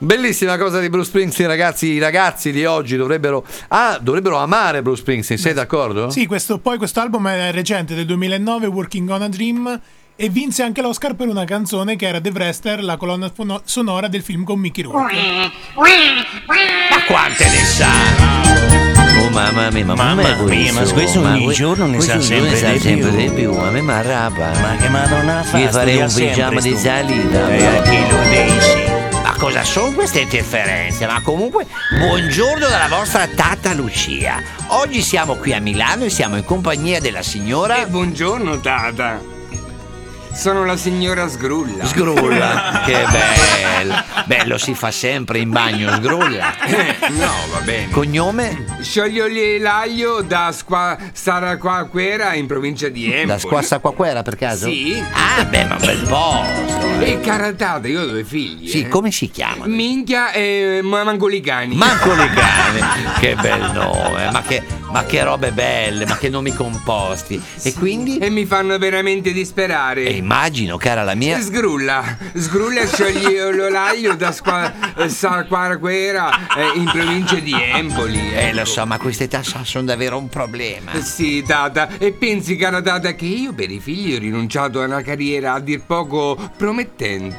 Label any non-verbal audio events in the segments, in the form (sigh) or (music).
Bellissima cosa di Bruce Springsteen, ragazzi. I ragazzi di oggi dovrebbero, ah, dovrebbero amare Bruce Springsteen, sei d'accordo? Sì, questo, poi questo album è recente del 2009, Working on a Dream, e vinse anche l'Oscar per una canzone che era The Wrestler, la colonna fono- sonora del film con Mickey Rourke. Ma quante ne sa? Oh mamma mia, ma Mamma com'è mia, ma questo Ma ogni que- giorno ne sa questo sempre ne sa di sempre più. di più. A me mi arrabba. Ma che madonna fa? Gli farei Studia un sempre, pigiama di stu- salita. Eh, a chi lo dici? Ma cosa sono queste interferenze? Ma comunque, buongiorno dalla vostra tata Lucia. Oggi siamo qui a Milano e siamo in compagnia della signora Eh, buongiorno Tata. Sono la signora Sgrulla. Sgrulla. (laughs) che bello! Bello, si fa sempre in bagno, Sgrulla. Eh, no, va bene. Cognome? Scioglioli l'aglio da Squa Saraquaquera in provincia di Empoli. La squassa quaquera per caso? Sì. Ah, beh, ma un bel posto. E cara Tata, io ho due figli. Sì, eh. come si chiama? Minchia e ma- Mangolicani. Manco le cane, che bel nome, ma che, ma che robe belle, ma che nomi composti. E quindi? E mi fanno veramente disperare. E immagino, cara la mia. Sgrulla, sgrulla e scioglielo l'aglio da Squa Saraquaquera eh, in provincia di Empoli. Eh, lo ecco. so, ma queste età so- sono davvero un problema. Eh Sì, Tata, e pensi, cara Tata, che io per i figli ho rinunciato a una carriera a dir poco promettente.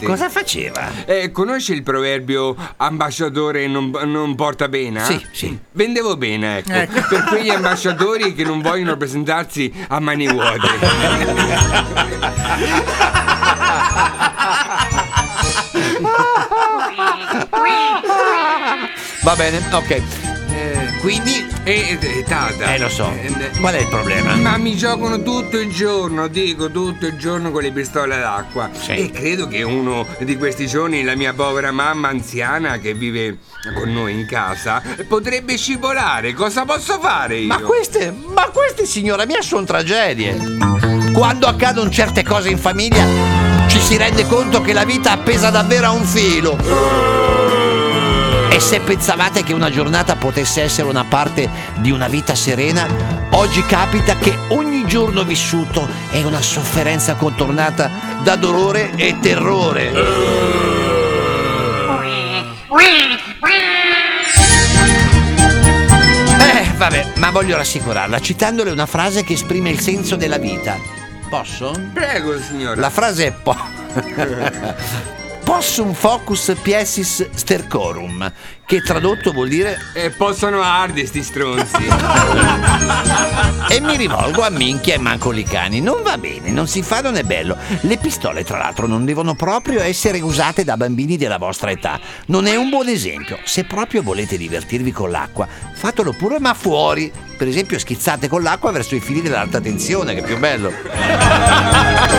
Cosa faceva? Eh, conosci il proverbio ambasciatore non, non porta pena? Sì, sì. Vendevo bene, ecco, per quegli ambasciatori che non vogliono presentarsi a (laughs) mani vuote. Va bene, ok. Quindi, E e- Tata. eh, lo so. eh, Qual è il problema? Ma mi giocano tutto il giorno, dico tutto il giorno con le pistole d'acqua. Sì. E credo che uno di questi giorni la mia povera mamma anziana che vive con noi in casa potrebbe scivolare. Cosa posso fare io? Ma queste, ma queste, signora mia, sono tragedie. Quando accadono certe cose in famiglia, ci si rende conto che la vita è appesa davvero a un filo. E se pensavate che una giornata potesse essere una parte di una vita serena, oggi capita che ogni giorno vissuto è una sofferenza contornata da dolore e terrore. Eh, vabbè, ma voglio rassicurarla citandole una frase che esprime il senso della vita. Posso? Prego, signora. La frase è po- Possum focus piesis stercorum, che tradotto vuol dire Eh, possono arde sti stronzi. (laughs) e mi rivolgo a minchia e manco li cani. Non va bene, non si fa, non è bello. Le pistole, tra l'altro, non devono proprio essere usate da bambini della vostra età. Non è un buon esempio. Se proprio volete divertirvi con l'acqua, fatelo pure, ma fuori. Per esempio, schizzate con l'acqua verso i fili dell'alta tensione, che è più bello.